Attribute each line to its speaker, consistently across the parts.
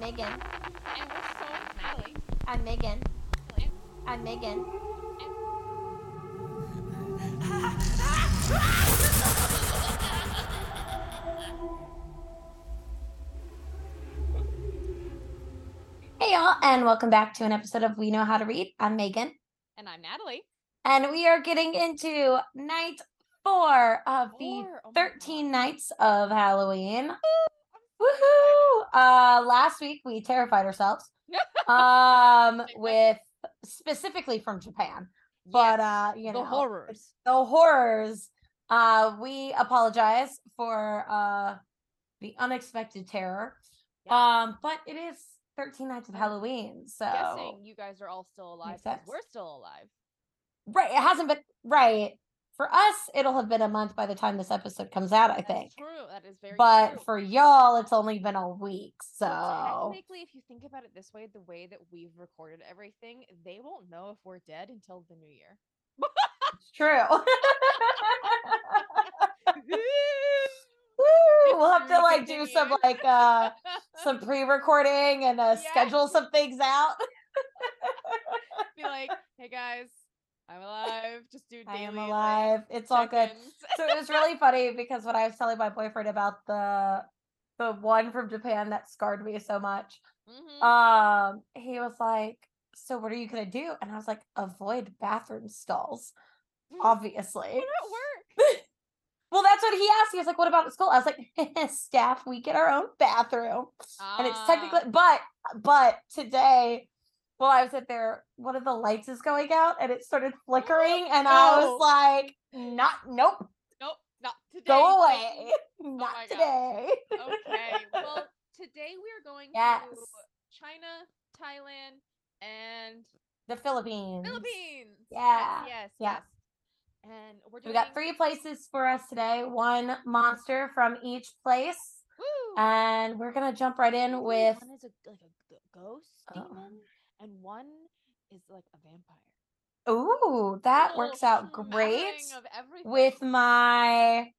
Speaker 1: Megan.
Speaker 2: And we're so Natalie.
Speaker 1: I'm Megan.
Speaker 2: Natalie.
Speaker 1: I'm Megan. Hey y'all, and welcome back to an episode of We Know How to Read. I'm Megan,
Speaker 2: And I'm Natalie.
Speaker 1: and we are getting into night four of the
Speaker 2: Or- oh my
Speaker 1: 13
Speaker 2: God.
Speaker 1: nights of Halloween. Woohoo! Uh, last week we terrified ourselves. um,
Speaker 2: Same
Speaker 1: with specifically from Japan,
Speaker 2: Yes,
Speaker 1: but uh, you know
Speaker 2: the horrors.
Speaker 1: the horrors. Uh, we apologize for uh the unexpected terror. Um, but it is 13 nights of
Speaker 2: I'm
Speaker 1: Halloween, so
Speaker 2: Guessing you guys are all still alive. 'cause
Speaker 1: sense.
Speaker 2: We're still alive.
Speaker 1: right, it hasn't been right for us. It'll have been a month by the time this episode comes out, I
Speaker 2: That's
Speaker 1: think.
Speaker 2: True. That is very.
Speaker 1: But
Speaker 2: true.
Speaker 1: for y'all, it's only been a week,
Speaker 2: Well,
Speaker 1: so
Speaker 2: technically, if you think about it this way, the way that we've recorded everything, they won't know if we're dead until the new year.
Speaker 1: it's true. Uh, Woo, We'll have to
Speaker 2: True
Speaker 1: like do some
Speaker 2: continues.
Speaker 1: like uh some pre-recording and uh,
Speaker 2: Yeah.
Speaker 1: schedule some things out.
Speaker 2: Be like, hey guys, I'm alive. Just do
Speaker 1: I
Speaker 2: daily.
Speaker 1: am
Speaker 2: like,
Speaker 1: alive. It's all good.
Speaker 2: check-ins."
Speaker 1: So it was really funny because when I was telling my boyfriend about the the one from Japan that scarred me so much,
Speaker 2: Mhm.
Speaker 1: um, he was like, "So what are you gonna do?" And I was like, "Avoid bathroom stalls,
Speaker 2: Mm-hmm.
Speaker 1: obviously."
Speaker 2: We're at work.
Speaker 1: Well, that's what he asked. He was like, "What about at school?" I was like, "Staff, we get our own bathroom." and it's
Speaker 2: Ah,
Speaker 1: technically but but today while i was at there one of the lights is going out and it started flickering and i
Speaker 2: no.
Speaker 1: was like not nope
Speaker 2: nope, not today.
Speaker 1: go
Speaker 2: Satan.
Speaker 1: away not
Speaker 2: my gosh.
Speaker 1: today
Speaker 2: okay. Well, today we are going
Speaker 1: yes
Speaker 2: to China, Thailand, and
Speaker 1: the philippines
Speaker 2: Philippines. Yes,
Speaker 1: Yeah,
Speaker 2: Yes.
Speaker 1: yeah.
Speaker 2: yes. And we're
Speaker 1: we
Speaker 2: doing
Speaker 1: got three places for us today one monster from each place
Speaker 2: Woo!
Speaker 1: and we're gonna jump right in
Speaker 2: Ooh,
Speaker 1: with
Speaker 2: one is a, like a g- ghost
Speaker 1: Oh.
Speaker 2: demon, and one is like a vampire.
Speaker 1: ooh that
Speaker 2: Little
Speaker 1: works out
Speaker 2: smattering
Speaker 1: great
Speaker 2: Of everything.
Speaker 1: with my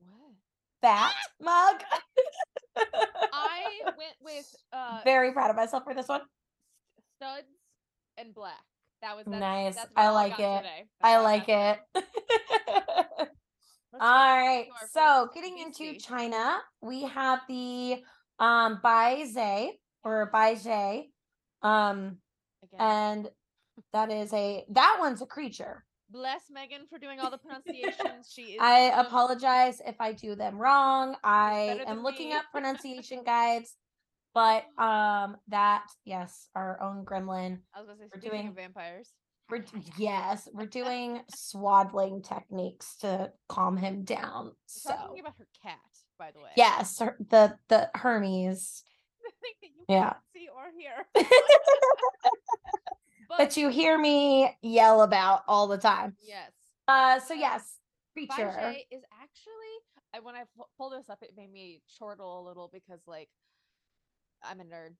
Speaker 2: what?
Speaker 1: bat mug
Speaker 2: I went with uh
Speaker 1: very proud of myself for this one
Speaker 2: studs and black. That was that's,
Speaker 1: Nice.
Speaker 2: That's
Speaker 1: I
Speaker 2: all
Speaker 1: like
Speaker 2: got
Speaker 1: it.
Speaker 2: today. That's
Speaker 1: I
Speaker 2: all
Speaker 1: like
Speaker 2: got today.
Speaker 1: it.
Speaker 2: Let's go
Speaker 1: All right.
Speaker 2: our
Speaker 1: So
Speaker 2: first
Speaker 1: getting into
Speaker 2: beastie.
Speaker 1: China, we have the um Bai Zhe or Bai Zhe. Um,
Speaker 2: again.
Speaker 1: and that is a that one's a creature.
Speaker 2: Bless Megan for doing all the pronunciations. She is.
Speaker 1: I
Speaker 2: the-
Speaker 1: apologize if I do them wrong. I
Speaker 2: better than
Speaker 1: am looking
Speaker 2: me.
Speaker 1: up pronunciation guides, but um that yes, our own gremlin.
Speaker 2: I was gonna say
Speaker 1: We're
Speaker 2: speaking
Speaker 1: doing-
Speaker 2: of vampires.
Speaker 1: We're, d- yes, we're doing swaddling techniques to calm him down.
Speaker 2: We're
Speaker 1: So
Speaker 2: talking about her cat, by the way.
Speaker 1: Yes, her- the the Hermes
Speaker 2: Something that you
Speaker 1: Yeah.
Speaker 2: can't see or hear. Oh,
Speaker 1: that you hear me yell about all the time.
Speaker 2: Yes.
Speaker 1: Uh, so yes, creature.
Speaker 2: Bajay is actually. I when I pu- pulled this up, it made me chortle a little because like I'm a nerd,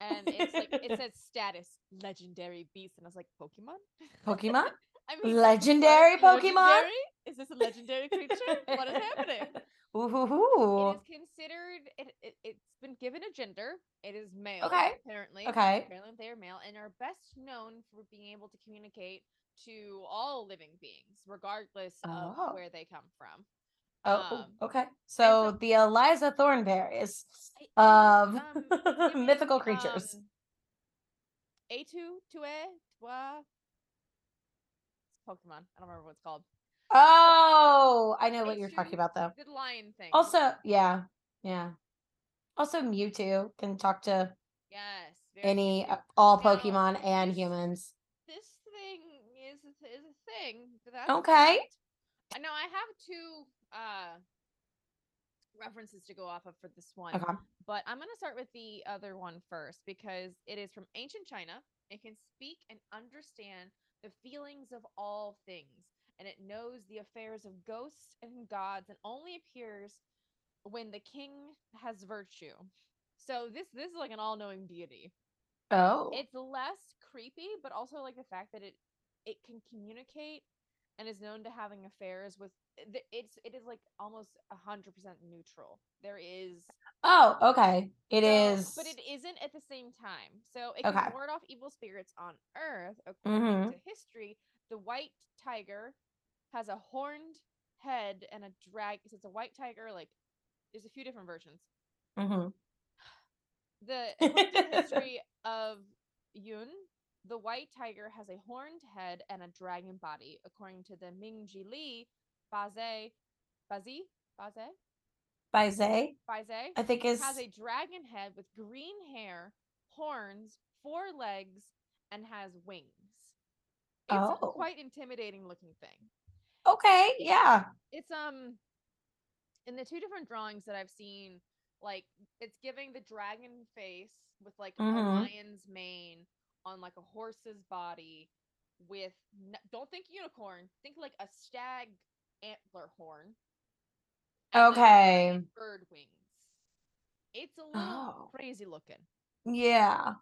Speaker 2: and it's like it says status legendary beast, and I was like Pokemon.
Speaker 1: Pokemon?
Speaker 2: I mean, what?
Speaker 1: Legendary Pokemon.
Speaker 2: Legendary? Is this a legendary creature? what is happening?
Speaker 1: Ooh, hoo, hoo.
Speaker 2: It is considered. It, it it's been given a gender. It is male.
Speaker 1: Okay.
Speaker 2: Apparently.
Speaker 1: Okay.
Speaker 2: Apparently they are male and are best known for being able to communicate to all living beings, regardless
Speaker 1: Oh.
Speaker 2: of where they come from.
Speaker 1: Oh,
Speaker 2: um,
Speaker 1: oh, okay. So the Eliza Thornberries of
Speaker 2: I- it is, um, given,
Speaker 1: mythical creatures.
Speaker 2: um, A2, 2A, 2A. It's Pokemon. I don't remember what it's called.
Speaker 1: oh, I know what you're talking
Speaker 2: H2
Speaker 1: about though.
Speaker 2: The lion thing.
Speaker 1: Also, yeah, yeah. Also, Mewtwo can talk to
Speaker 2: Yes. very
Speaker 1: any
Speaker 2: cute.
Speaker 1: uh, all
Speaker 2: Now,
Speaker 1: Pokemon and
Speaker 2: this-
Speaker 1: humans.
Speaker 2: this thing is a th- is a thing. but That's
Speaker 1: Okay.
Speaker 2: not- I know I have two uh references to go off of for this one,
Speaker 1: Okay.
Speaker 2: but I'm going to start with the other one first because it is from ancient China. It can speak and understand the feelings of all things, and it knows the affairs of ghosts and gods, and only appears when the king has virtue. So this this is like an all-knowing deity
Speaker 1: Oh.
Speaker 2: it's less creepy but also like the fact that it it can communicate and is known to having affairs with th- it's it is like almost a hundred percent neutral. There is
Speaker 1: Oh, okay. It
Speaker 2: so-
Speaker 1: is.
Speaker 2: but it isn't at the same time. So it
Speaker 1: Okay.
Speaker 2: can ward off evil spirits on Earth. According
Speaker 1: Mhm.
Speaker 2: to history, the white tiger has a horned head and a drag. So it's a white tiger. Like there's a few different versions.
Speaker 1: Mhm.
Speaker 2: The according to the history of Yun, the white tiger has a horned head and a dragon body. According to the Mingji Li, Baze, Bazi, Baze,
Speaker 1: By Zay,
Speaker 2: Baze
Speaker 1: I think is.
Speaker 2: has a dragon head with green hair, horns, four legs, and has wings. It's a
Speaker 1: Oh.
Speaker 2: quite intimidating looking thing.
Speaker 1: Okay. Yeah.
Speaker 2: It's um in the two different drawings that I've seen, like it's giving the dragon face with like a
Speaker 1: Mhm.
Speaker 2: lion's mane on like a horse's body with n- don't think unicorn, think like a stag antler horn. and then
Speaker 1: Okay.
Speaker 2: Bird wings. It's a little
Speaker 1: Oh.
Speaker 2: crazy looking.
Speaker 1: Yeah.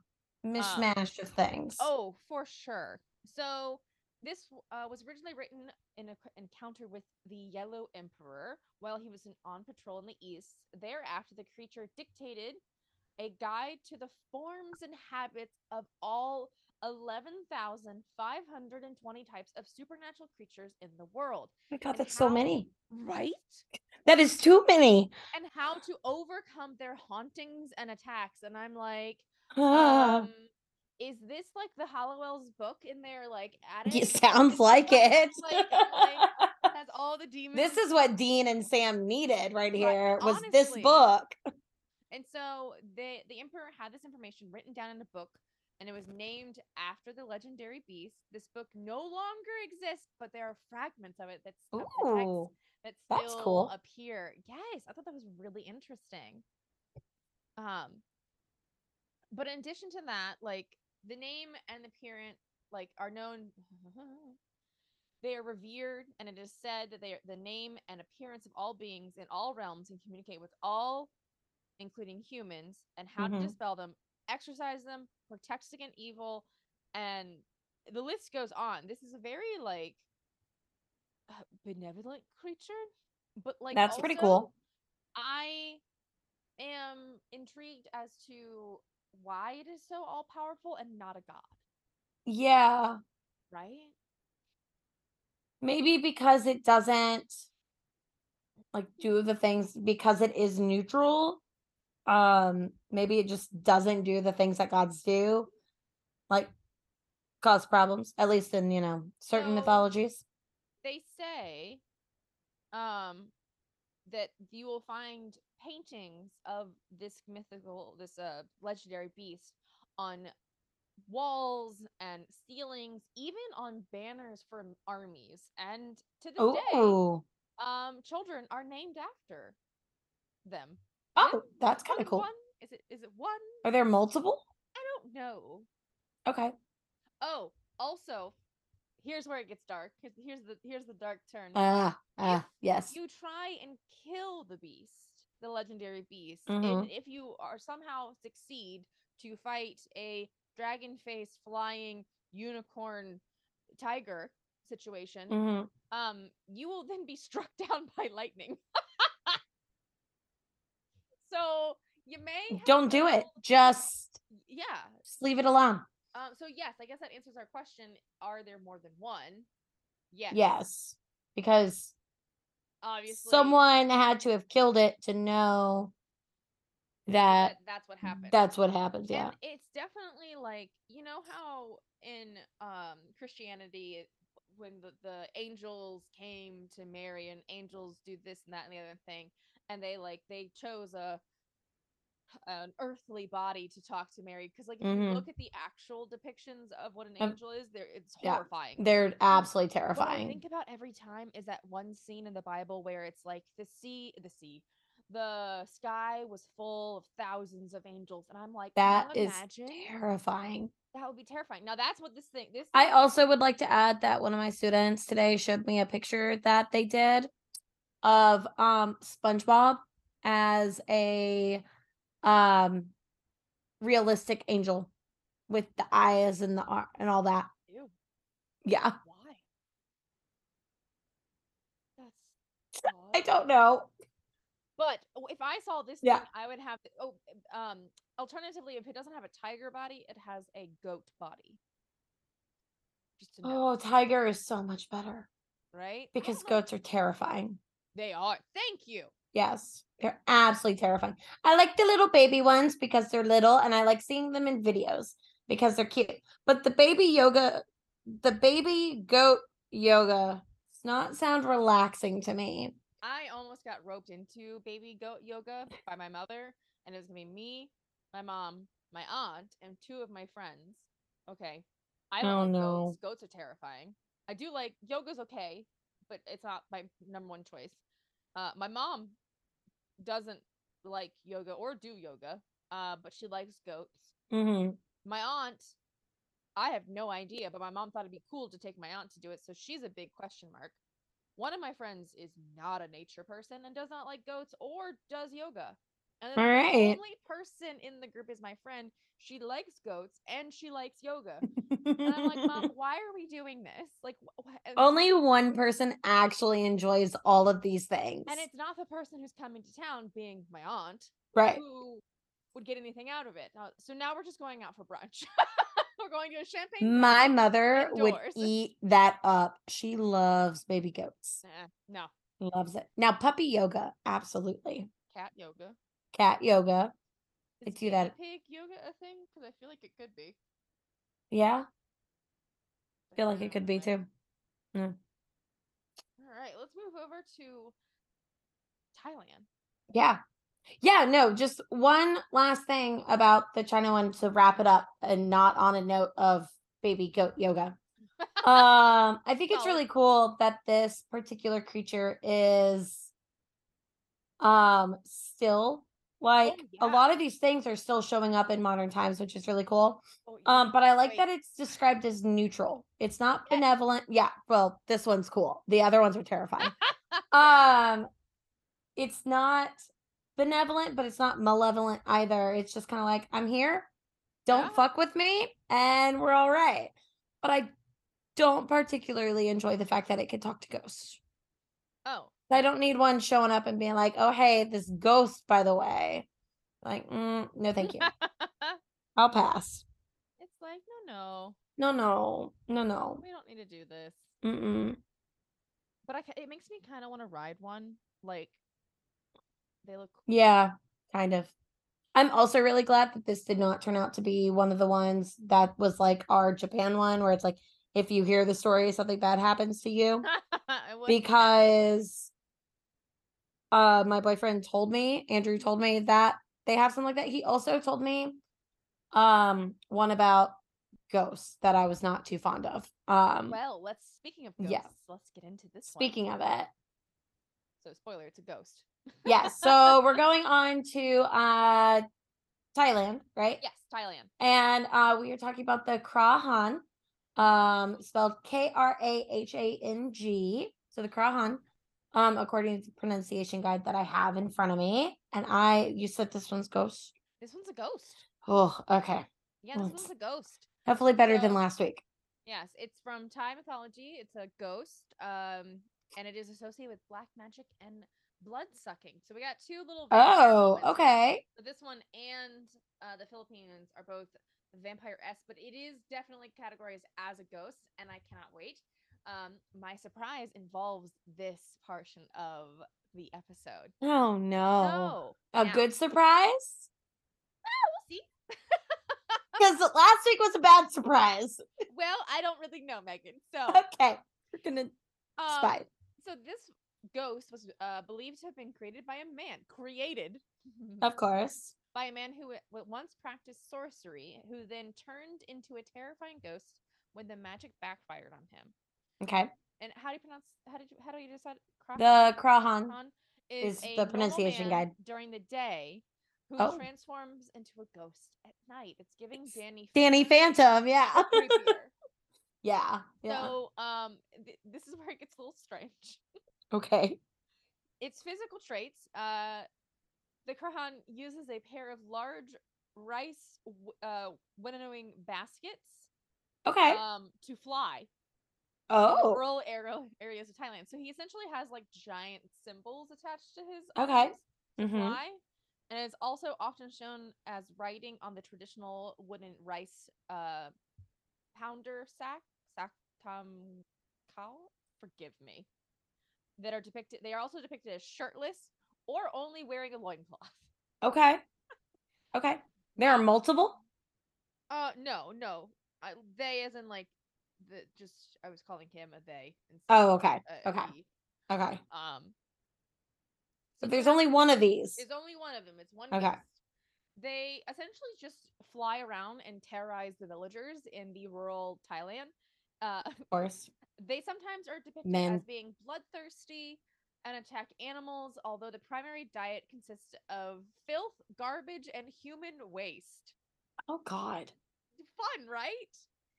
Speaker 1: Mishmash of things.
Speaker 2: Um, Oh, for sure. So this w- uh, was originally written in an encounter with the Yellow Emperor while he was in- on patrol in the east. Thereafter, the creature dictated a guide to the forms and habits of all 11,520 types of supernatural creatures in the world.
Speaker 1: my God,
Speaker 2: and
Speaker 1: that's so
Speaker 2: how-
Speaker 1: many.
Speaker 2: Right?
Speaker 1: That is too many.
Speaker 2: And how to overcome their hauntings and attacks. And I'm like,
Speaker 1: Ah.
Speaker 2: um, is this like the Hollowell's book in there? Like, attic?
Speaker 1: It sounds like it.
Speaker 2: Like, like, has all the demons.
Speaker 1: this is what Dean and Sam needed right here was this
Speaker 2: honestly.
Speaker 1: book.
Speaker 2: And so the the emperor had this information written down in a book, and it was named after the legendary beast. This book no longer exists, but there are fragments of it that's
Speaker 1: Ooh,
Speaker 2: that
Speaker 1: that's
Speaker 2: still
Speaker 1: cool.
Speaker 2: appear. Yes, I thought that was really interesting. Um, but in addition to that, like the name and the parent, like are known. They are revered, and it is said that they are the name and appearance of all beings in all realms and communicate with all, including humans, and how
Speaker 1: Mhm.
Speaker 2: to dispel them, exercise them, protects against evil, and the list goes on. This is a very like uh, benevolent creature, but like
Speaker 1: that's pretty
Speaker 2: also,
Speaker 1: cool.
Speaker 2: I am intrigued as to why it is so all powerful and not a god,
Speaker 1: Yeah.
Speaker 2: right?
Speaker 1: Maybe because it doesn't like do the things because it is neutral. Um, maybe it just doesn't do the things that gods do, like cause problems, at least in you know certain
Speaker 2: So-
Speaker 1: mythologies.
Speaker 2: They say um that you will find paintings of this mythical this uh legendary beast on walls and ceilings even on banners for m- armies and to this day
Speaker 1: Ooh.
Speaker 2: um children are named after them Yeah.
Speaker 1: Oh, that's
Speaker 2: More
Speaker 1: kind of
Speaker 2: than
Speaker 1: cool.
Speaker 2: One? Is it is it one?
Speaker 1: Are there multiple?
Speaker 2: I don't know.
Speaker 1: Okay.
Speaker 2: Oh, also, here's where it gets dark. Here's, here's the here's the dark turn.
Speaker 1: Ah, ah, yes.
Speaker 2: you try and kill the beast, the legendary beast, and
Speaker 1: Mhm.
Speaker 2: if you are somehow succeed to fight a dragon face flying unicorn tiger situation,
Speaker 1: hmm
Speaker 2: um, you will then be struck down by lightning. so you may have
Speaker 1: Don't do it.
Speaker 2: failed-
Speaker 1: Just
Speaker 2: yeah
Speaker 1: just leave it alone.
Speaker 2: Um, so yes, I guess that answers our question. Are there more than one? Yes.
Speaker 1: Yes. Because
Speaker 2: Obviously.
Speaker 1: someone had to have killed it to know that
Speaker 2: that's what happened.
Speaker 1: that's what happens. Yeah.
Speaker 2: And it's definitely like you know how in um Christianity it- when the, the angels came to Mary and angels do this and that and the other thing and they like they chose a an earthly body to talk to Mary because like if you
Speaker 1: Mhm.
Speaker 2: look at the actual depictions of what an
Speaker 1: Of-
Speaker 2: angel is there it's
Speaker 1: yeah,
Speaker 2: horrifying.
Speaker 1: They're absolutely
Speaker 2: What I
Speaker 1: terrifying.
Speaker 2: think about every time is that one scene in the Bible where it's like the sea, the sea, the sky was full of thousands of angels, and I'm like,
Speaker 1: That
Speaker 2: can you
Speaker 1: is
Speaker 2: imagine?
Speaker 1: terrifying.
Speaker 2: that would be terrifying. Now that's what this thing. This
Speaker 1: I
Speaker 2: thing-
Speaker 1: also would like to add that one of my students today showed me a picture that they did of um SpongeBob as a um realistic angel with the eyes and the ar- and all that.
Speaker 2: Ew,
Speaker 1: Yeah.
Speaker 2: why?
Speaker 1: I don't know.
Speaker 2: But w- if I saw this
Speaker 1: Yeah.
Speaker 2: thing, I would have oh um alternatively if it doesn't have a tiger body, it has a goat body. Just to know,
Speaker 1: Oh, tiger is so much better
Speaker 2: right? I
Speaker 1: because
Speaker 2: don't know.
Speaker 1: goats are terrifying.
Speaker 2: they are. Thank you.
Speaker 1: Yes, they're absolutely terrifying. I like the little baby ones because they're little and I like seeing them in videos because they're cute. But the baby yoga, the baby goat yoga does not sound relaxing to me.
Speaker 2: I almost got roped into baby goat yoga by my mother, and it was gonna be me, my mom, my aunt, and two of my friends. Okay, I don't
Speaker 1: Oh,
Speaker 2: like
Speaker 1: no.
Speaker 2: goats. Goats are terrifying. I do like yoga's okay, but it's not my number one choice. Uh, my mom doesn't like yoga or do yoga, uh, but she likes goats.
Speaker 1: hmm
Speaker 2: My aunt, I have no idea, but my mom thought it'd be cool to take my aunt to do it, so she's a big question mark. One of my friends is not a nature person and does not like goats or does yoga. And then
Speaker 1: All
Speaker 2: the
Speaker 1: right.
Speaker 2: only person in the group is my friend. She likes goats and she likes yoga. And I'm like, Mom, why are we doing this? Like, wh- wh- and-
Speaker 1: Only one person actually enjoys all of these things.
Speaker 2: and it's not the person who's coming to town, being my aunt,
Speaker 1: right.
Speaker 2: who would get anything out of it. Now- So now we're just going out for brunch. we're going to a champagne.
Speaker 1: My
Speaker 2: brunch
Speaker 1: mother would
Speaker 2: indoors.
Speaker 1: eat that up. She loves baby goats.
Speaker 2: Nah, no,
Speaker 1: Loves it. Now puppy yoga, absolutely.
Speaker 2: cat yoga.
Speaker 1: Cat yoga.
Speaker 2: Is
Speaker 1: do that.
Speaker 2: guinea pig yoga a thing? Because I feel like it could be.
Speaker 1: Yeah.
Speaker 2: but
Speaker 1: Feel
Speaker 2: I
Speaker 1: like it
Speaker 2: don't
Speaker 1: could be
Speaker 2: know.
Speaker 1: too.
Speaker 2: All right, let's move over to Thailand.
Speaker 1: Yeah. Yeah, no, just one last thing about the China one to wrap it up and not on a note of baby goat yoga. um, I think it's
Speaker 2: Solid.
Speaker 1: really cool that this particular creature is um still like a
Speaker 2: yeah.
Speaker 1: lot of these things are still showing up in modern times, which is really cool.
Speaker 2: Oh, yeah,
Speaker 1: Um, but I like
Speaker 2: wait,
Speaker 1: that it's described as neutral. It's not
Speaker 2: Yes.
Speaker 1: benevolent. Yeah, well, this one's cool. The other ones are terrifying. um, it's not benevolent, but it's not malevolent either. It's just kind of like I'm here. Don't
Speaker 2: Yeah.
Speaker 1: fuck with me, and we're all right. But I don't particularly enjoy the fact that it can talk to ghosts.
Speaker 2: Oh,
Speaker 1: I don't need one showing up and being like, "Oh, hey, this ghost, by the way." Like, mm, no, thank you. I'll pass.
Speaker 2: it's like no, no,
Speaker 1: No, no, no, no.
Speaker 2: we don't need to do this.
Speaker 1: Mm-mm.
Speaker 2: But I, ca- it makes me kind of want to ride one. Like they look. cool.
Speaker 1: Yeah, kind of. I'm also really glad that this did not turn out to be one of the ones that was like our Japan one, where it's like, if you hear the story, something bad happens to you.
Speaker 2: I wouldn't do that.
Speaker 1: Because uh, my boyfriend told me, Andrew told me that they have something like that. He also told me um, one about ghosts that I was not too fond of. Um,
Speaker 2: Well, let's. Speaking of ghosts,
Speaker 1: yeah.
Speaker 2: let's get into this. one.
Speaker 1: speaking of it,
Speaker 2: So spoiler, it's a ghost.
Speaker 1: yeah. So we're going on to uh, Thailand, right?
Speaker 2: Yes, Thailand.
Speaker 1: And uh, we are talking about the Krahan, um, spelled K R A H A N G. So the Krahan, um, according to the pronunciation guide that I have in front of me. And I, you said this one's ghost.
Speaker 2: This one's a ghost.
Speaker 1: Oh, okay.
Speaker 2: Yeah, this
Speaker 1: Mm.
Speaker 2: one's a ghost.
Speaker 1: Hopefully better than
Speaker 2: So-
Speaker 1: last week.
Speaker 2: Yes, it's from Thai mythology. It's a ghost, um, and it is associated with black magic and blood sucking. So we got two little. vampire
Speaker 1: Oh,
Speaker 2: elements here.
Speaker 1: okay.
Speaker 2: So this one and uh, the Philippines are both vampire esque, but it is definitely categorized as a ghost, and I cannot wait. Um, my surprise involves this portion of the episode.
Speaker 1: Oh no.
Speaker 2: so,
Speaker 1: A
Speaker 2: now-
Speaker 1: good surprise?
Speaker 2: Ah, we'll see.
Speaker 1: Because last week was a bad surprise.
Speaker 2: Well, I don't really know, Megan. So,
Speaker 1: Okay. We're gonna
Speaker 2: um,
Speaker 1: spy.
Speaker 2: So this ghost was uh, believed to have been created by a man, created
Speaker 1: Of course.
Speaker 2: by a man who w- once practiced sorcery, who then turned into a terrifying ghost when the magic backfired on him.
Speaker 1: Okay.
Speaker 2: And how do you pronounce? How did you? How do you decide? Kra-
Speaker 1: The Krahan.
Speaker 2: Khan is,
Speaker 1: is
Speaker 2: a
Speaker 1: the
Speaker 2: normal
Speaker 1: pronunciation
Speaker 2: man
Speaker 1: guide.
Speaker 2: during the day who
Speaker 1: Oh.
Speaker 2: transforms into a ghost at night. It's giving
Speaker 1: It's
Speaker 2: Danny
Speaker 1: Danny Phantom, yeah.
Speaker 2: but creepier.
Speaker 1: Yeah. Yeah.
Speaker 2: So um, th- this is where it gets a little strange.
Speaker 1: Okay.
Speaker 2: its physical traits uh the Krahan uses a pair of large rice w- uh winnowing baskets
Speaker 1: Okay.
Speaker 2: um to fly in the
Speaker 1: Oh,
Speaker 2: rural area, areas of Thailand. So he essentially has like giant symbols attached to his
Speaker 1: Okay.
Speaker 2: arms
Speaker 1: mhm.
Speaker 2: fly, and it's also often shown as writing on the traditional wooden rice uh pounder sack sack tam cow. Forgive me. That are depicted. They are also depicted as shirtless or only wearing a loincloth.
Speaker 1: okay, okay. There are multiple.
Speaker 2: Uh, no, no. I, they, as in like the just. I was calling him a they. Instead
Speaker 1: Oh,
Speaker 2: of
Speaker 1: okay,
Speaker 2: a
Speaker 1: okay,
Speaker 2: he.
Speaker 1: okay.
Speaker 2: Um.
Speaker 1: So there's
Speaker 2: there-
Speaker 1: only one of these.
Speaker 2: There's only one of them. It's one.
Speaker 1: Okay.
Speaker 2: beast. They essentially just fly around and terrorize the villagers in the rural Thailand. Uh,
Speaker 1: Of course.
Speaker 2: they sometimes are depicted as
Speaker 1: Men.
Speaker 2: being bloodthirsty and attack animals, although the primary diet consists of filth, garbage, and human waste.
Speaker 1: Oh God.
Speaker 2: Fun, right?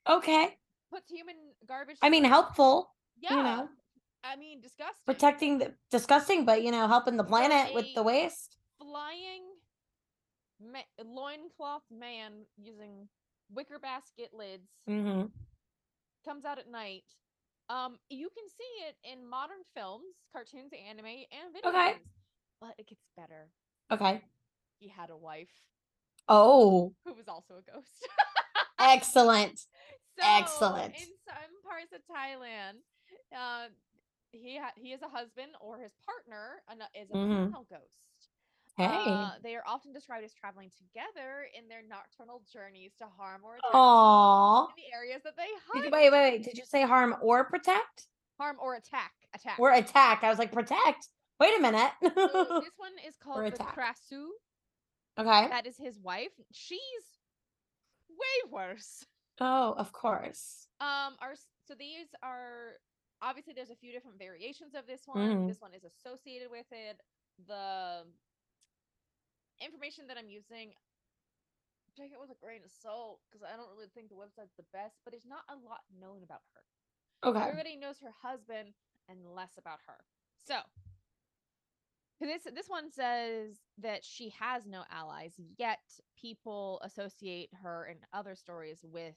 Speaker 1: Okay.
Speaker 2: Puts human garbage.
Speaker 1: I mean,
Speaker 2: first.
Speaker 1: helpful.
Speaker 2: Yeah.
Speaker 1: know.
Speaker 2: I mean, disgusting.
Speaker 1: protecting the disgusting, but you know, helping the planet with the
Speaker 2: a-
Speaker 1: waste.
Speaker 2: flying ma- loincloth man using wicker basket lids
Speaker 1: hmm
Speaker 2: comes out at night. Um, you can see it in modern films, cartoons, anime, and video
Speaker 1: Okay.
Speaker 2: games. But it gets better.
Speaker 1: Okay.
Speaker 2: He had a wife
Speaker 1: Oh,
Speaker 2: who was also a ghost.
Speaker 1: excellent.
Speaker 2: so
Speaker 1: Excellent.
Speaker 2: in some parts of Thailand, uh, he ha- he is a husband or his partner ano- is a
Speaker 1: Mhm.
Speaker 2: female ghost.
Speaker 1: Hey.
Speaker 2: Uh, they are often described as traveling together in their nocturnal journeys to harm or attack
Speaker 1: Aw.
Speaker 2: in the areas that they
Speaker 1: Did you,
Speaker 2: hide.
Speaker 1: wait, wait, wait. Did you say harm or protect?
Speaker 2: Harm or attack. Attack.
Speaker 1: Or attack? I was like, protect. Wait a minute.
Speaker 2: So this one is called the
Speaker 1: attack.
Speaker 2: Krasu.
Speaker 1: okay.
Speaker 2: That is his wife. She's way worse.
Speaker 1: Oh, of course.
Speaker 2: Um, are s- so these are obviously there's a few different variations of this one.
Speaker 1: Mhm.
Speaker 2: This one is associated with it. The information that I'm using, take it with a grain of salt because I don't really think the website's the best. But there's not a lot known about her.
Speaker 1: Okay.
Speaker 2: Everybody knows her husband and less about her. So this this one says that she has no allies, yet people associate her in other stories with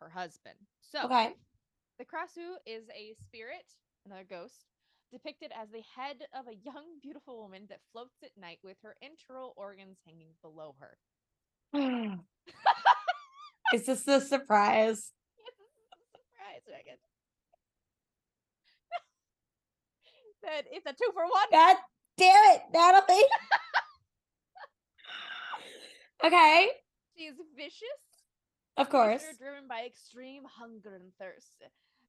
Speaker 2: her husband. So
Speaker 1: Okay.
Speaker 2: the Krasu is a spirit, another ghost, depicted as the head of a young, beautiful woman that floats at night with her internal organs hanging below her.
Speaker 1: Is this the surprise?
Speaker 2: Surprise, Megan. that it's a two for one.
Speaker 1: God damn it, Natalie. okay.
Speaker 2: She's vicious.
Speaker 1: Of
Speaker 2: creatures
Speaker 1: course.
Speaker 2: are driven by extreme hunger and thirst.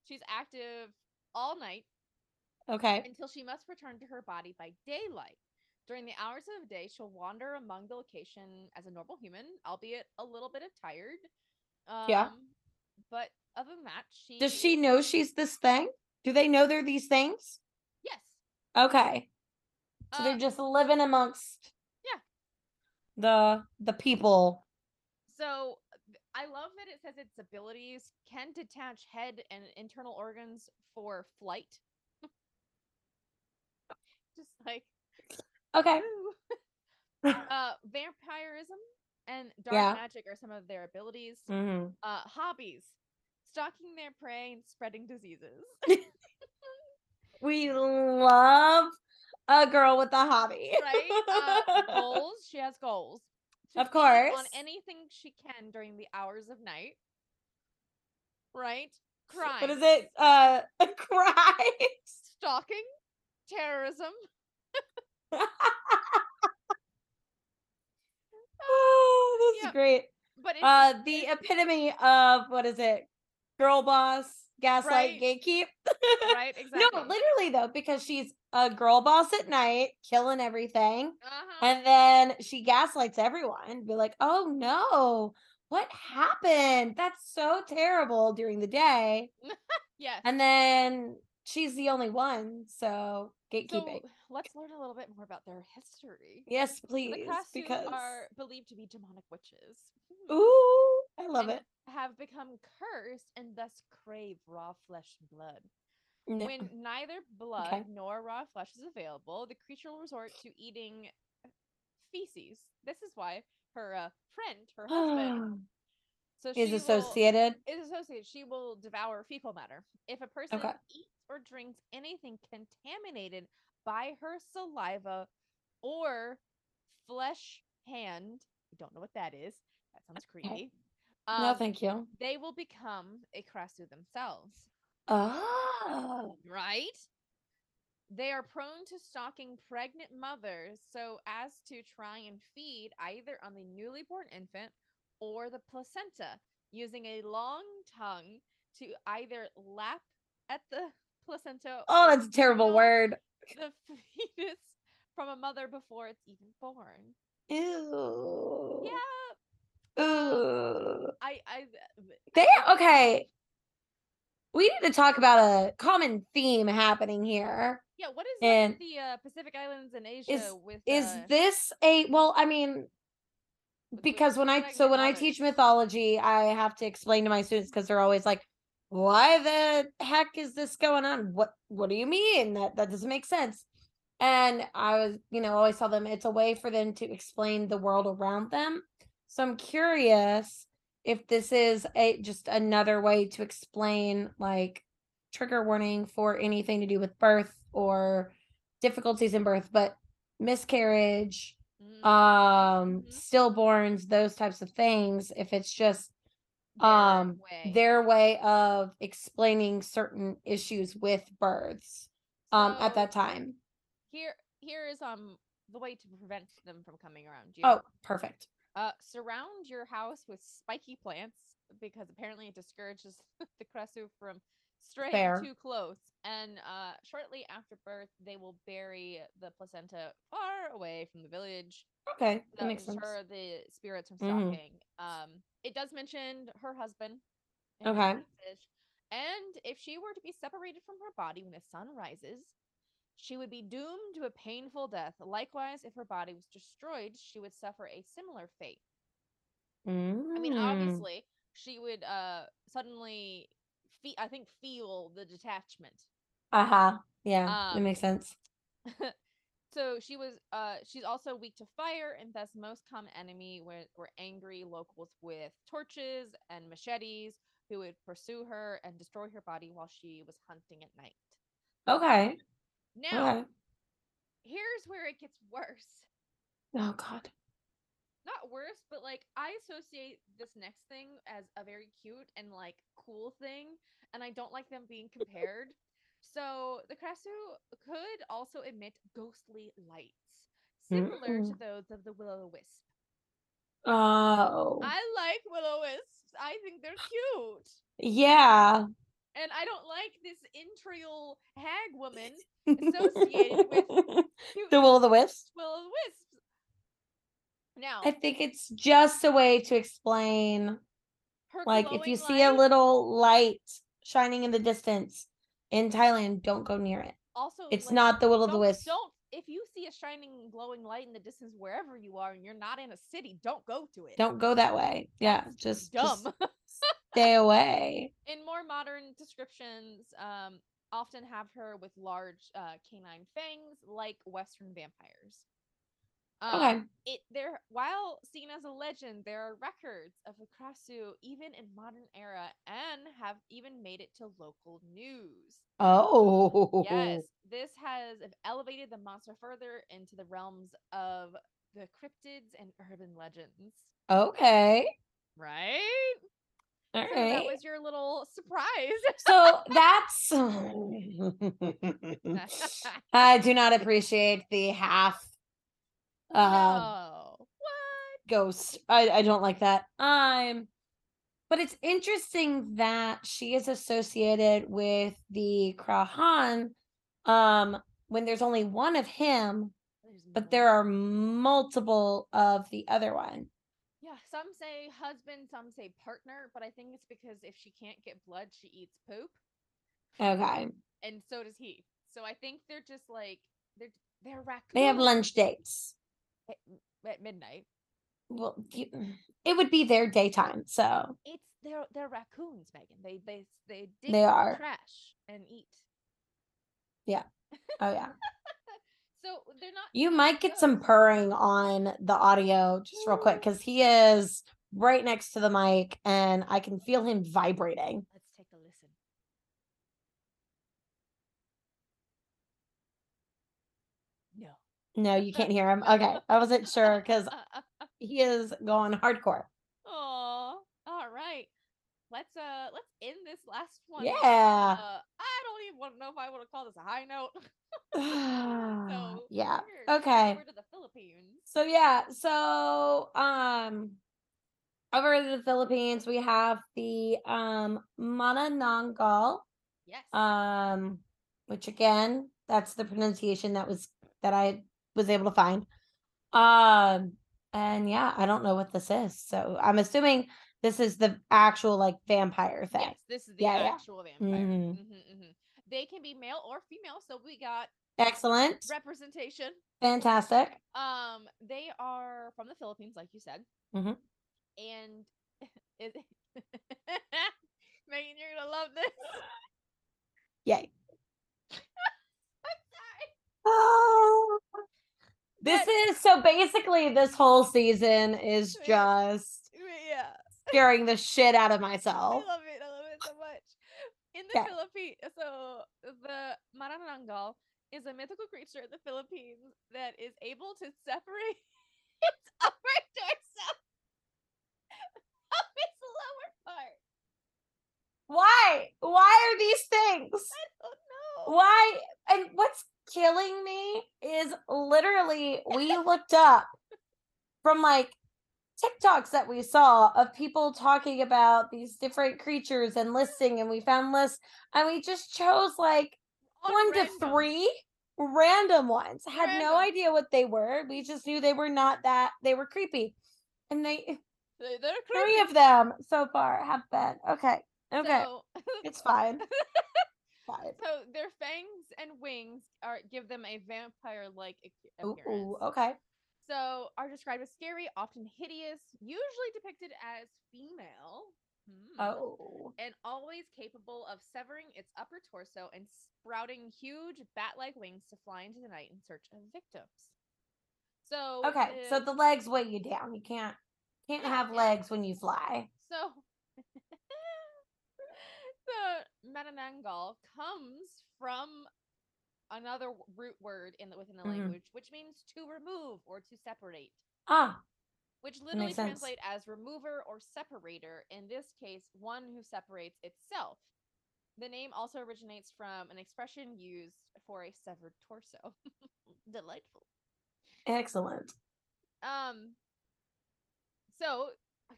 Speaker 2: She's active all night
Speaker 1: Okay.
Speaker 2: until she must return to her body by daylight. During the hours of the day, she'll wander among the location as a normal human, albeit a little bit of tired. Um,
Speaker 1: Yeah.
Speaker 2: But other than that, she
Speaker 1: Does she
Speaker 2: is-
Speaker 1: know she's this thing? Do they know they're these things?
Speaker 2: Yes.
Speaker 1: Okay. So
Speaker 2: Uh,
Speaker 1: they're just living amongst
Speaker 2: Yeah.
Speaker 1: the the people.
Speaker 2: So th- I love that it says its abilities can detach head and internal organs for flight. Just like
Speaker 1: Okay.
Speaker 2: ooh. uh, vampirism and dark
Speaker 1: Yeah.
Speaker 2: magic are some of their abilities.
Speaker 1: hmm
Speaker 2: Uh, hobbies: stalking their prey and spreading diseases.
Speaker 1: We love a girl with a hobby.
Speaker 2: right? Uh, goals: she has goals. To
Speaker 1: Of
Speaker 2: feed on
Speaker 1: course.
Speaker 2: anything she can during the hours of night. Right? Crime.
Speaker 1: what is it? Uh crimes.
Speaker 2: Stalking, terrorism.
Speaker 1: oh, this
Speaker 2: Yeah.
Speaker 1: is great.
Speaker 2: But it's,
Speaker 1: Uh
Speaker 2: it's-
Speaker 1: the
Speaker 2: it's-
Speaker 1: epitome of what is it? Girl boss,
Speaker 2: Right.
Speaker 1: gaslight, gatekeep.
Speaker 2: right exactly.
Speaker 1: No, literally though, because she's a girl boss at night, killing everything,
Speaker 2: uh-huh.
Speaker 1: and then she gaslights everyone, be like, "Oh no, what happened? That's so terrible." During the day,
Speaker 2: yes.
Speaker 1: and then she's the only one, so gatekeeping.
Speaker 2: So let's learn a little bit more about their history.
Speaker 1: yes,
Speaker 2: The
Speaker 1: please,
Speaker 2: Krasu
Speaker 1: because
Speaker 2: are believed to be demonic witches. Hmm.
Speaker 1: ooh, I love
Speaker 2: and
Speaker 1: it.
Speaker 2: Have become cursed and thus crave raw flesh and blood.
Speaker 1: No-
Speaker 2: When neither blood nor raw flesh is available, the creature will resort to eating feces. This is why her uh, friend, her husband, So
Speaker 1: is
Speaker 2: she will-
Speaker 1: associated.
Speaker 2: is associated. She will devour fecal matter. If a person
Speaker 1: Okay.
Speaker 2: eats or drinks anything contaminated by her saliva or flesh hand, I don't know what that is. That sounds creepy.
Speaker 1: no,
Speaker 2: um,
Speaker 1: thank you.
Speaker 2: They will become a Krasu themselves,
Speaker 1: Oh,
Speaker 2: right? They are prone to stalking pregnant mothers so as to try and feed either on the newly born infant or the placenta using a long tongue to either lap at the placenta.
Speaker 1: oh,
Speaker 2: or
Speaker 1: that's a terrible
Speaker 2: steal
Speaker 1: word.
Speaker 2: The fetus from a mother before it's even born.
Speaker 1: Ew.
Speaker 2: Yeah,
Speaker 1: Ew.
Speaker 2: I, I,
Speaker 1: They okay. We need to talk about a common theme happening here.
Speaker 2: yeah. What is up
Speaker 1: And
Speaker 2: with the uh, Pacific Islands and Asia with
Speaker 1: Is
Speaker 2: uh,
Speaker 1: this a well, I mean,
Speaker 2: with- with
Speaker 1: because when I so
Speaker 2: pregnant
Speaker 1: when I teach
Speaker 2: mothers?
Speaker 1: mythology, I have to explain to my students because they're always like, "Why the heck is this going on? What What do you mean that that doesn't make sense?" And I was, you know, always tell them it's a way for them to explain the world around them. So I'm curious if this is a just another way to explain like trigger warning for anything to do with birth or difficulties in birth, but miscarriage,
Speaker 2: Mm,
Speaker 1: um
Speaker 2: Mhm.
Speaker 1: stillborns those types of things if it's just
Speaker 2: their
Speaker 1: um,
Speaker 2: way.
Speaker 1: their way of explaining certain issues with births um at that
Speaker 2: So
Speaker 1: time
Speaker 2: Here, here is um the way to prevent them from coming around you.
Speaker 1: oh perfect
Speaker 2: Uh, surround your house with spiky plants because apparently it discourages the Kressu from straying
Speaker 1: Fair.
Speaker 2: too close. And uh, shortly after birth, they will bury the placenta far away from the village
Speaker 1: okay that
Speaker 2: to
Speaker 1: makes sense
Speaker 2: deter the spirits from
Speaker 1: Mhm.
Speaker 2: stalking. Um, it does mention her husband. in her
Speaker 1: Okay.
Speaker 2: message. And if she were to be separated from her body when the sun rises, she would be doomed to a painful death. Likewise, if her body was destroyed, she would suffer a similar fate. I mean,
Speaker 1: Mm.
Speaker 2: obviously, she would uh suddenly fe- I think feel the detachment.
Speaker 1: uh-huh yeah that
Speaker 2: Um,
Speaker 1: makes sense
Speaker 2: so she was uh she's also weak to fire and thus most common enemy were, were angry locals with torches and machetes who would pursue her and destroy her body while she was hunting at night.
Speaker 1: okay
Speaker 2: Now,
Speaker 1: okay
Speaker 2: here's where it gets worse.
Speaker 1: oh god
Speaker 2: not worse, but like I associate this next thing as a very cute and like cool thing, and I don't like them being compared. So the Krasu could also emit ghostly lights, similar to
Speaker 1: Mm.
Speaker 2: those of the Willow Wisp.
Speaker 1: oh
Speaker 2: I like Willow Wisps. I think they're cute.
Speaker 1: yeah
Speaker 2: And I don't like this intrial hag woman associated with who
Speaker 1: the will of the wisps
Speaker 2: Willow Wisps. Now,
Speaker 1: i think it's just a way to explain
Speaker 2: her
Speaker 1: Like if you
Speaker 2: glowing
Speaker 1: see a
Speaker 2: light-
Speaker 1: little light shining in the distance in Thailand, don't go near it.
Speaker 2: also
Speaker 1: It's
Speaker 2: Oh, like,
Speaker 1: not the will of the
Speaker 2: don't,
Speaker 1: wisp.
Speaker 2: don't if you see a shining glowing light in the distance wherever you are and you're not in a city don't go to it
Speaker 1: Don't go that way. Yeah,
Speaker 2: That's
Speaker 1: just
Speaker 2: dumb
Speaker 1: just stay away.
Speaker 2: in more modern descriptions um often have her with large uh, canine fangs like western vampires um,
Speaker 1: Okay.
Speaker 2: it there while seen as a legend there are records of the krasu even in modern era and have even made it to local news
Speaker 1: Oh.
Speaker 2: Yes, this has ev- elevated the monster further into the realms of the cryptids and urban legends.
Speaker 1: Okay.
Speaker 2: Right?
Speaker 1: All
Speaker 2: So that
Speaker 1: right.
Speaker 2: was your little surprise.
Speaker 1: So that's I do not appreciate the half uh
Speaker 2: no. What?
Speaker 1: ghost. I, I don't like that. Um, but it's interesting that she is associated with the Krahan. Um, when there's only one of him,
Speaker 2: There's
Speaker 1: but there
Speaker 2: more.
Speaker 1: are multiple of the other one.
Speaker 2: Yeah, some say husband, some say partner, but I think it's because if she can't get blood, she eats poop,
Speaker 1: Okay,
Speaker 2: and so does he. So I think they're just like they're they're raccoons
Speaker 1: they have lunch dates.
Speaker 2: at, at midnight.
Speaker 1: Well, you, it would be their daytime, so
Speaker 2: It's they're they're raccoons, Megan. They they they dig
Speaker 1: they
Speaker 2: through
Speaker 1: are.
Speaker 2: trash and eat.
Speaker 1: Oh yeah,
Speaker 2: So they're not.
Speaker 1: you
Speaker 2: they're
Speaker 1: might
Speaker 2: not
Speaker 1: get some
Speaker 2: ghosts.
Speaker 1: purring on the audio just real quick because he is right next to the mic and I can feel him vibrating.
Speaker 2: Let's take a listen. No.
Speaker 1: No, you can't hear him. Okay. I wasn't sure because
Speaker 2: Uh,
Speaker 1: he is going hardcore.
Speaker 2: Oh, all right. Let's uh let's end this last one. with,
Speaker 1: Yeah.
Speaker 2: Uh, I don't even want to know if I want to call this a high note. So
Speaker 1: Uh, yeah.
Speaker 2: we're gonna head
Speaker 1: Okay.
Speaker 2: Over to the Philippines.
Speaker 1: So yeah, so um over to the Philippines we have the um Manananggal
Speaker 2: Yes.
Speaker 1: um which again that's the pronunciation that was that I was able to find. Um and yeah, I don't know what this is. So I'm assuming this is the actual like vampire thing.
Speaker 2: yes. This is the
Speaker 1: Yeah, yeah.
Speaker 2: actual vampire.
Speaker 1: Mhm.
Speaker 2: Mhm, mhm. They can be male or female, so we got
Speaker 1: Excellent.
Speaker 2: representation.
Speaker 1: Fantastic.
Speaker 2: Um, they are from the Philippines, like you said.
Speaker 1: Mhm.
Speaker 2: And it, Megan, you're gonna love this.
Speaker 1: Yay.
Speaker 2: I'm sorry.
Speaker 1: Oh. This is so basically this whole season is
Speaker 2: Yeah.
Speaker 1: just
Speaker 2: But yeah.
Speaker 1: scaring the shit out of
Speaker 2: I
Speaker 1: myself.
Speaker 2: love it. I love it so much. In the
Speaker 1: Yeah.
Speaker 2: Philippines, so the Marananggal is a mythical creature in the Philippines that is able to separate its upper torso from its lower part.
Speaker 1: Why? Why are these things?
Speaker 2: Oh no!
Speaker 1: Why? And what's killing me is literally we looked up from like TikToks that we saw of people talking about these different creatures and listing, and we found lists, and we just chose like
Speaker 2: On
Speaker 1: one to
Speaker 2: random.
Speaker 1: three random ones. Had no
Speaker 2: Random.
Speaker 1: idea what they were. We just knew they were not that they were creepy, and they
Speaker 2: They- They're
Speaker 1: three
Speaker 2: creepy.
Speaker 1: of them so far have been okay. Okay,
Speaker 2: So,
Speaker 1: it's fine. fine.
Speaker 2: so their fangs and wings are give them a vampire-like ac-
Speaker 1: Ooh,
Speaker 2: appearance.
Speaker 1: ooh, okay.
Speaker 2: so are described as scary, often hideous, usually depicted as female. Hmm.
Speaker 1: Oh.
Speaker 2: And always capable of severing its upper torso and sprouting huge bat like wings to fly into the night in search of victims. So,
Speaker 1: Okay, so
Speaker 2: the-
Speaker 1: the legs weigh you down. You can't can't
Speaker 2: Yeah,
Speaker 1: have
Speaker 2: yeah.
Speaker 1: legs when you fly.
Speaker 2: so the Mananangal comes from another w- root word in the, within the
Speaker 1: Mhm.
Speaker 2: language, which means to remove or to separate.
Speaker 1: Ah,
Speaker 2: which literally
Speaker 1: makes sense.
Speaker 2: translate as remover or separator, in this case, one who separates itself. The name also originates from an expression used for a severed torso. Delightful.
Speaker 1: excellent.
Speaker 2: Um so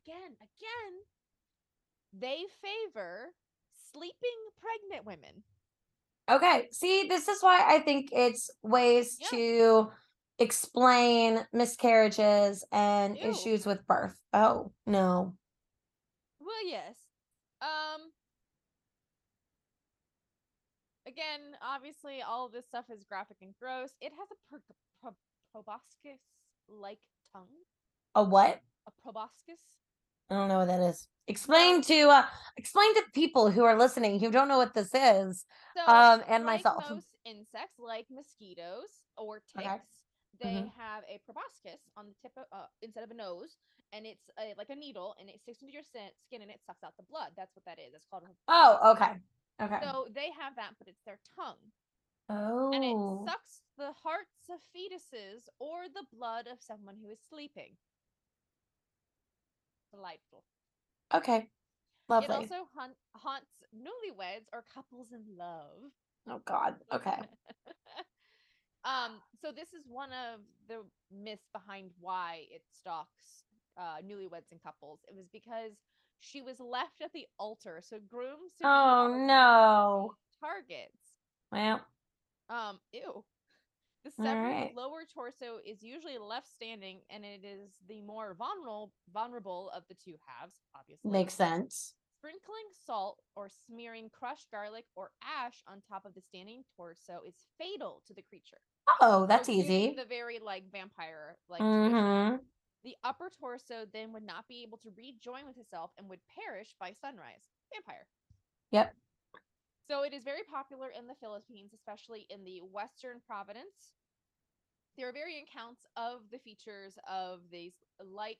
Speaker 2: again, again, they favor sleeping pregnant women.
Speaker 1: Okay, see, this is why I think it's ways
Speaker 2: Yeah.
Speaker 1: to explain miscarriages and
Speaker 2: Ew.
Speaker 1: issues with birth. Oh, no.
Speaker 2: Well, yes. Um again, obviously all of this stuff is graphic and gross. It has a pro- pro- proboscis like tongue.
Speaker 1: A what?
Speaker 2: A proboscis?
Speaker 1: I don't know what that is. Explain to uh explain to people who are listening who don't know what this is.
Speaker 2: So
Speaker 1: Um and
Speaker 2: like
Speaker 1: myself.
Speaker 2: most insects like mosquitoes or ticks,
Speaker 1: Okay.
Speaker 2: they
Speaker 1: Mhm.
Speaker 2: have a proboscis on the tip of uh, instead of a nose and it's a, like a needle and it sticks into your sin- skin and it sucks out the blood. That's what that is. It's called a
Speaker 1: Oh,
Speaker 2: proboscis.
Speaker 1: okay. Okay.
Speaker 2: So they have that but it's their tongue. and it
Speaker 1: oh.
Speaker 2: sucks the hearts of fetuses or the blood of someone who is sleeping. Delightful.
Speaker 1: Okay. Lovely.
Speaker 2: It also haunt, haunts newlyweds or couples in love.
Speaker 1: oh god. Okay.
Speaker 2: um, so this is one of the myths behind why it stalks uh, newlyweds and couples. It was because she was left at the altar, so grooms. who knew
Speaker 1: Oh,
Speaker 2: her were
Speaker 1: no.
Speaker 2: Targets.
Speaker 1: Well,
Speaker 2: Um, ew. The severed
Speaker 1: right.
Speaker 2: lower torso is usually left standing, and it is the more vulnerable vulnerable of the two halves, obviously.
Speaker 1: makes sense.
Speaker 2: Sprinkling salt or smearing crushed garlic or ash on top of the standing torso is fatal to the creature.
Speaker 1: Oh, that's
Speaker 2: resuming
Speaker 1: easy.
Speaker 2: The very like vampire like tradition.
Speaker 1: hmm
Speaker 2: the upper torso then would not be able to rejoin with itself and would perish by sunrise. Vampire.
Speaker 1: Yep.
Speaker 2: So it is very popular in the Philippines, especially in the Western Province. There are varying accounts of the features of these like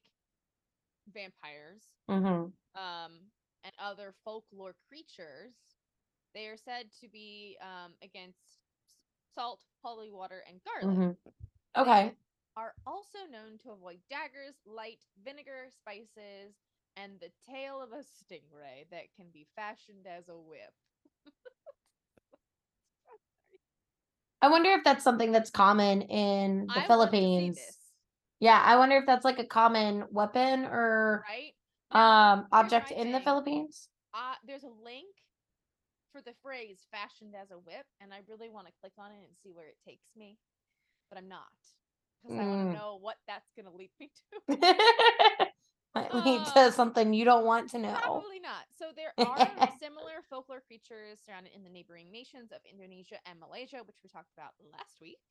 Speaker 2: vampires,
Speaker 1: Mhm.
Speaker 2: um, and other folklore creatures, they are said to be um, against s- salt, holy water, and garlic.
Speaker 1: Mhm. Okay.
Speaker 2: They Are also known to avoid daggers, light, vinegar, spices, and the tail of a stingray that can be fashioned as a whip.
Speaker 1: I wonder if that's something that's common in the
Speaker 2: I want to see
Speaker 1: Philippines.
Speaker 2: this,
Speaker 1: Yeah, I wonder if that's like a common weapon or
Speaker 2: right? Now,
Speaker 1: um
Speaker 2: my
Speaker 1: object in the
Speaker 2: thing.
Speaker 1: Philippines.
Speaker 2: uh, there's a link for the phrase fashioned as a whip, and I really want to click on it and see where it takes me, but I'm not because I want
Speaker 1: Mm.
Speaker 2: to know what that's going to lead me to.
Speaker 1: Might lead to
Speaker 2: Um,
Speaker 1: something you don't want to know.
Speaker 2: Probably not. So there are similar folklore creatures surrounded in the neighboring nations of Indonesia and Malaysia, which we talked about last week.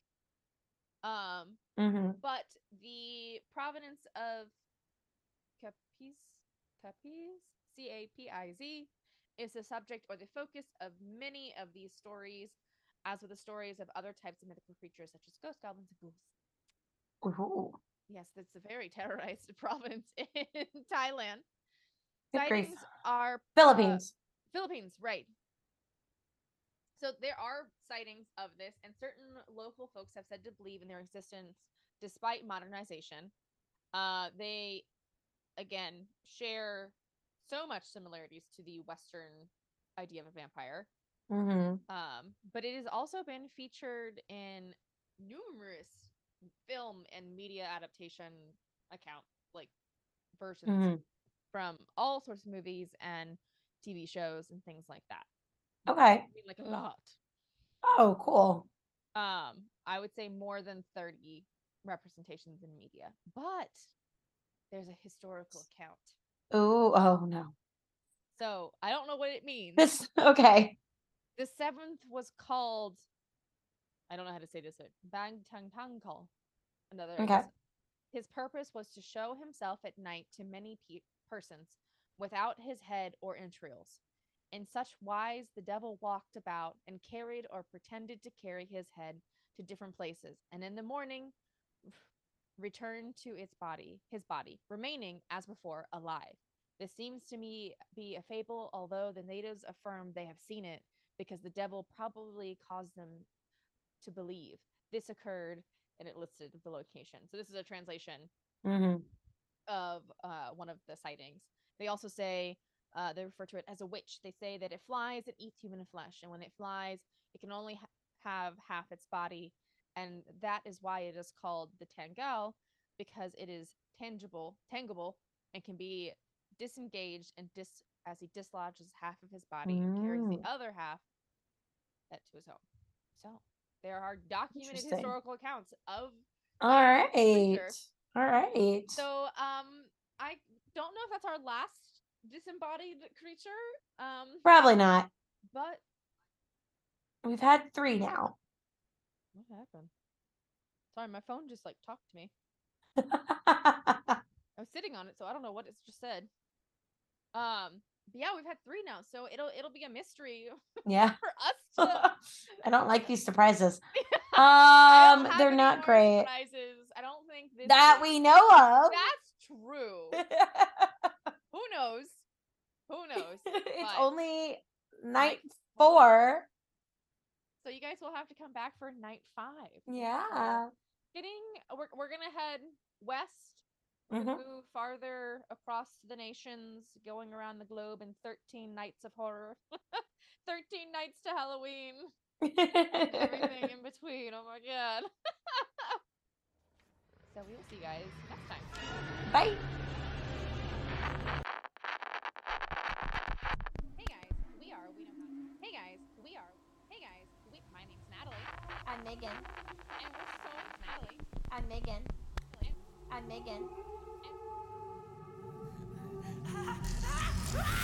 Speaker 2: Um,
Speaker 1: hmm
Speaker 2: but the provenance of Capiz, Capiz, C A P I Z, is the subject or the focus of many of these stories, as with the stories of other types of mythical creatures such as ghost goblins and ghouls. Uh,
Speaker 1: Ooh,
Speaker 2: Yes, that's a very terrorized province in Thailand.
Speaker 1: Good grief.
Speaker 2: Sightings are
Speaker 1: Philippines.
Speaker 2: Philippines, right. So there are sightings of this, and certain local folks have said to believe in their existence despite modernization. Uh, they, again, share so much similarities to the Western idea of a vampire,
Speaker 1: hmm
Speaker 2: um, but it has also been featured in numerous film and media adaptation account like versions
Speaker 1: Mhm.
Speaker 2: from all sorts of movies and TV shows and things like that.
Speaker 1: Okay.
Speaker 2: I mean, like a lot.
Speaker 1: Oh, cool.
Speaker 2: Um, I would say more than 30 representations in media, but there's a historical account.
Speaker 1: Ooh, oh
Speaker 2: Mm.
Speaker 1: no.
Speaker 2: So I don't know what it means.
Speaker 1: This okay.
Speaker 2: the seventh was called, I don't know how to say this, but Bang Tang Tang Call. Another.
Speaker 1: Okay.
Speaker 2: episode. His purpose was to show himself at night to many pe- persons without his head or entrails. In such wise, the devil walked about and carried or pretended to carry his head to different places, and in the morning returned to its body, his body, remaining as before alive. This seems to me be a fable, although the natives affirm they have seen it because the devil probably caused them to believe this occurred, and it listed the location. So this is a translation
Speaker 1: hmm
Speaker 2: of uh, one of the sightings. They also say uh, they refer to it as a witch. They say that it flies, it eats human flesh, and when it flies, it can only ha- have half its body, and that is why it is called the Tangal, because it is tangible, tangible, and can be disengaged and dis as he dislodges half of his body and carries
Speaker 1: Mm.
Speaker 2: the other half that to his home. So there are documented
Speaker 1: Interesting.
Speaker 2: historical accounts of
Speaker 1: All
Speaker 2: Yeah, for
Speaker 1: right.
Speaker 2: sure.
Speaker 1: All right.
Speaker 2: so um I don't know if that's our last disembodied creature. Um
Speaker 1: Probably not.
Speaker 2: but
Speaker 1: We've had three now.
Speaker 2: what happened? Sorry, my phone just like talked to me. I was sitting on it, so I don't know what it's just said. Um but yeah, we've had three now, so it'll it'll be a mystery
Speaker 1: yeah.
Speaker 2: for us to
Speaker 1: I don't like these surprises.
Speaker 2: I don't
Speaker 1: Um,
Speaker 2: have
Speaker 1: they're
Speaker 2: any
Speaker 1: not
Speaker 2: more
Speaker 1: great
Speaker 2: Surprises. I don't think this
Speaker 1: that
Speaker 2: is-
Speaker 1: we know
Speaker 2: That's true.
Speaker 1: of.
Speaker 2: Who knows? Who knows?
Speaker 1: it's
Speaker 2: But-
Speaker 1: only night
Speaker 2: four.
Speaker 1: four.
Speaker 2: So you guys will have to come back for night five.
Speaker 1: Yeah.
Speaker 2: Getting we're we're gonna head west,
Speaker 1: Mhm.
Speaker 2: move farther across the nations, going around the globe in thirteen nights of horror. thirteen nights to Halloween. Everything in between. Oh my god. so we will see you guys next time.
Speaker 1: Bye.
Speaker 2: Hey guys, we are we know how Hey guys, we are hey guys, we my name's Natalie.
Speaker 1: I'm Megan.
Speaker 2: And we're so Natalie.
Speaker 1: I'm Megan. I'm Megan.
Speaker 3: Ah!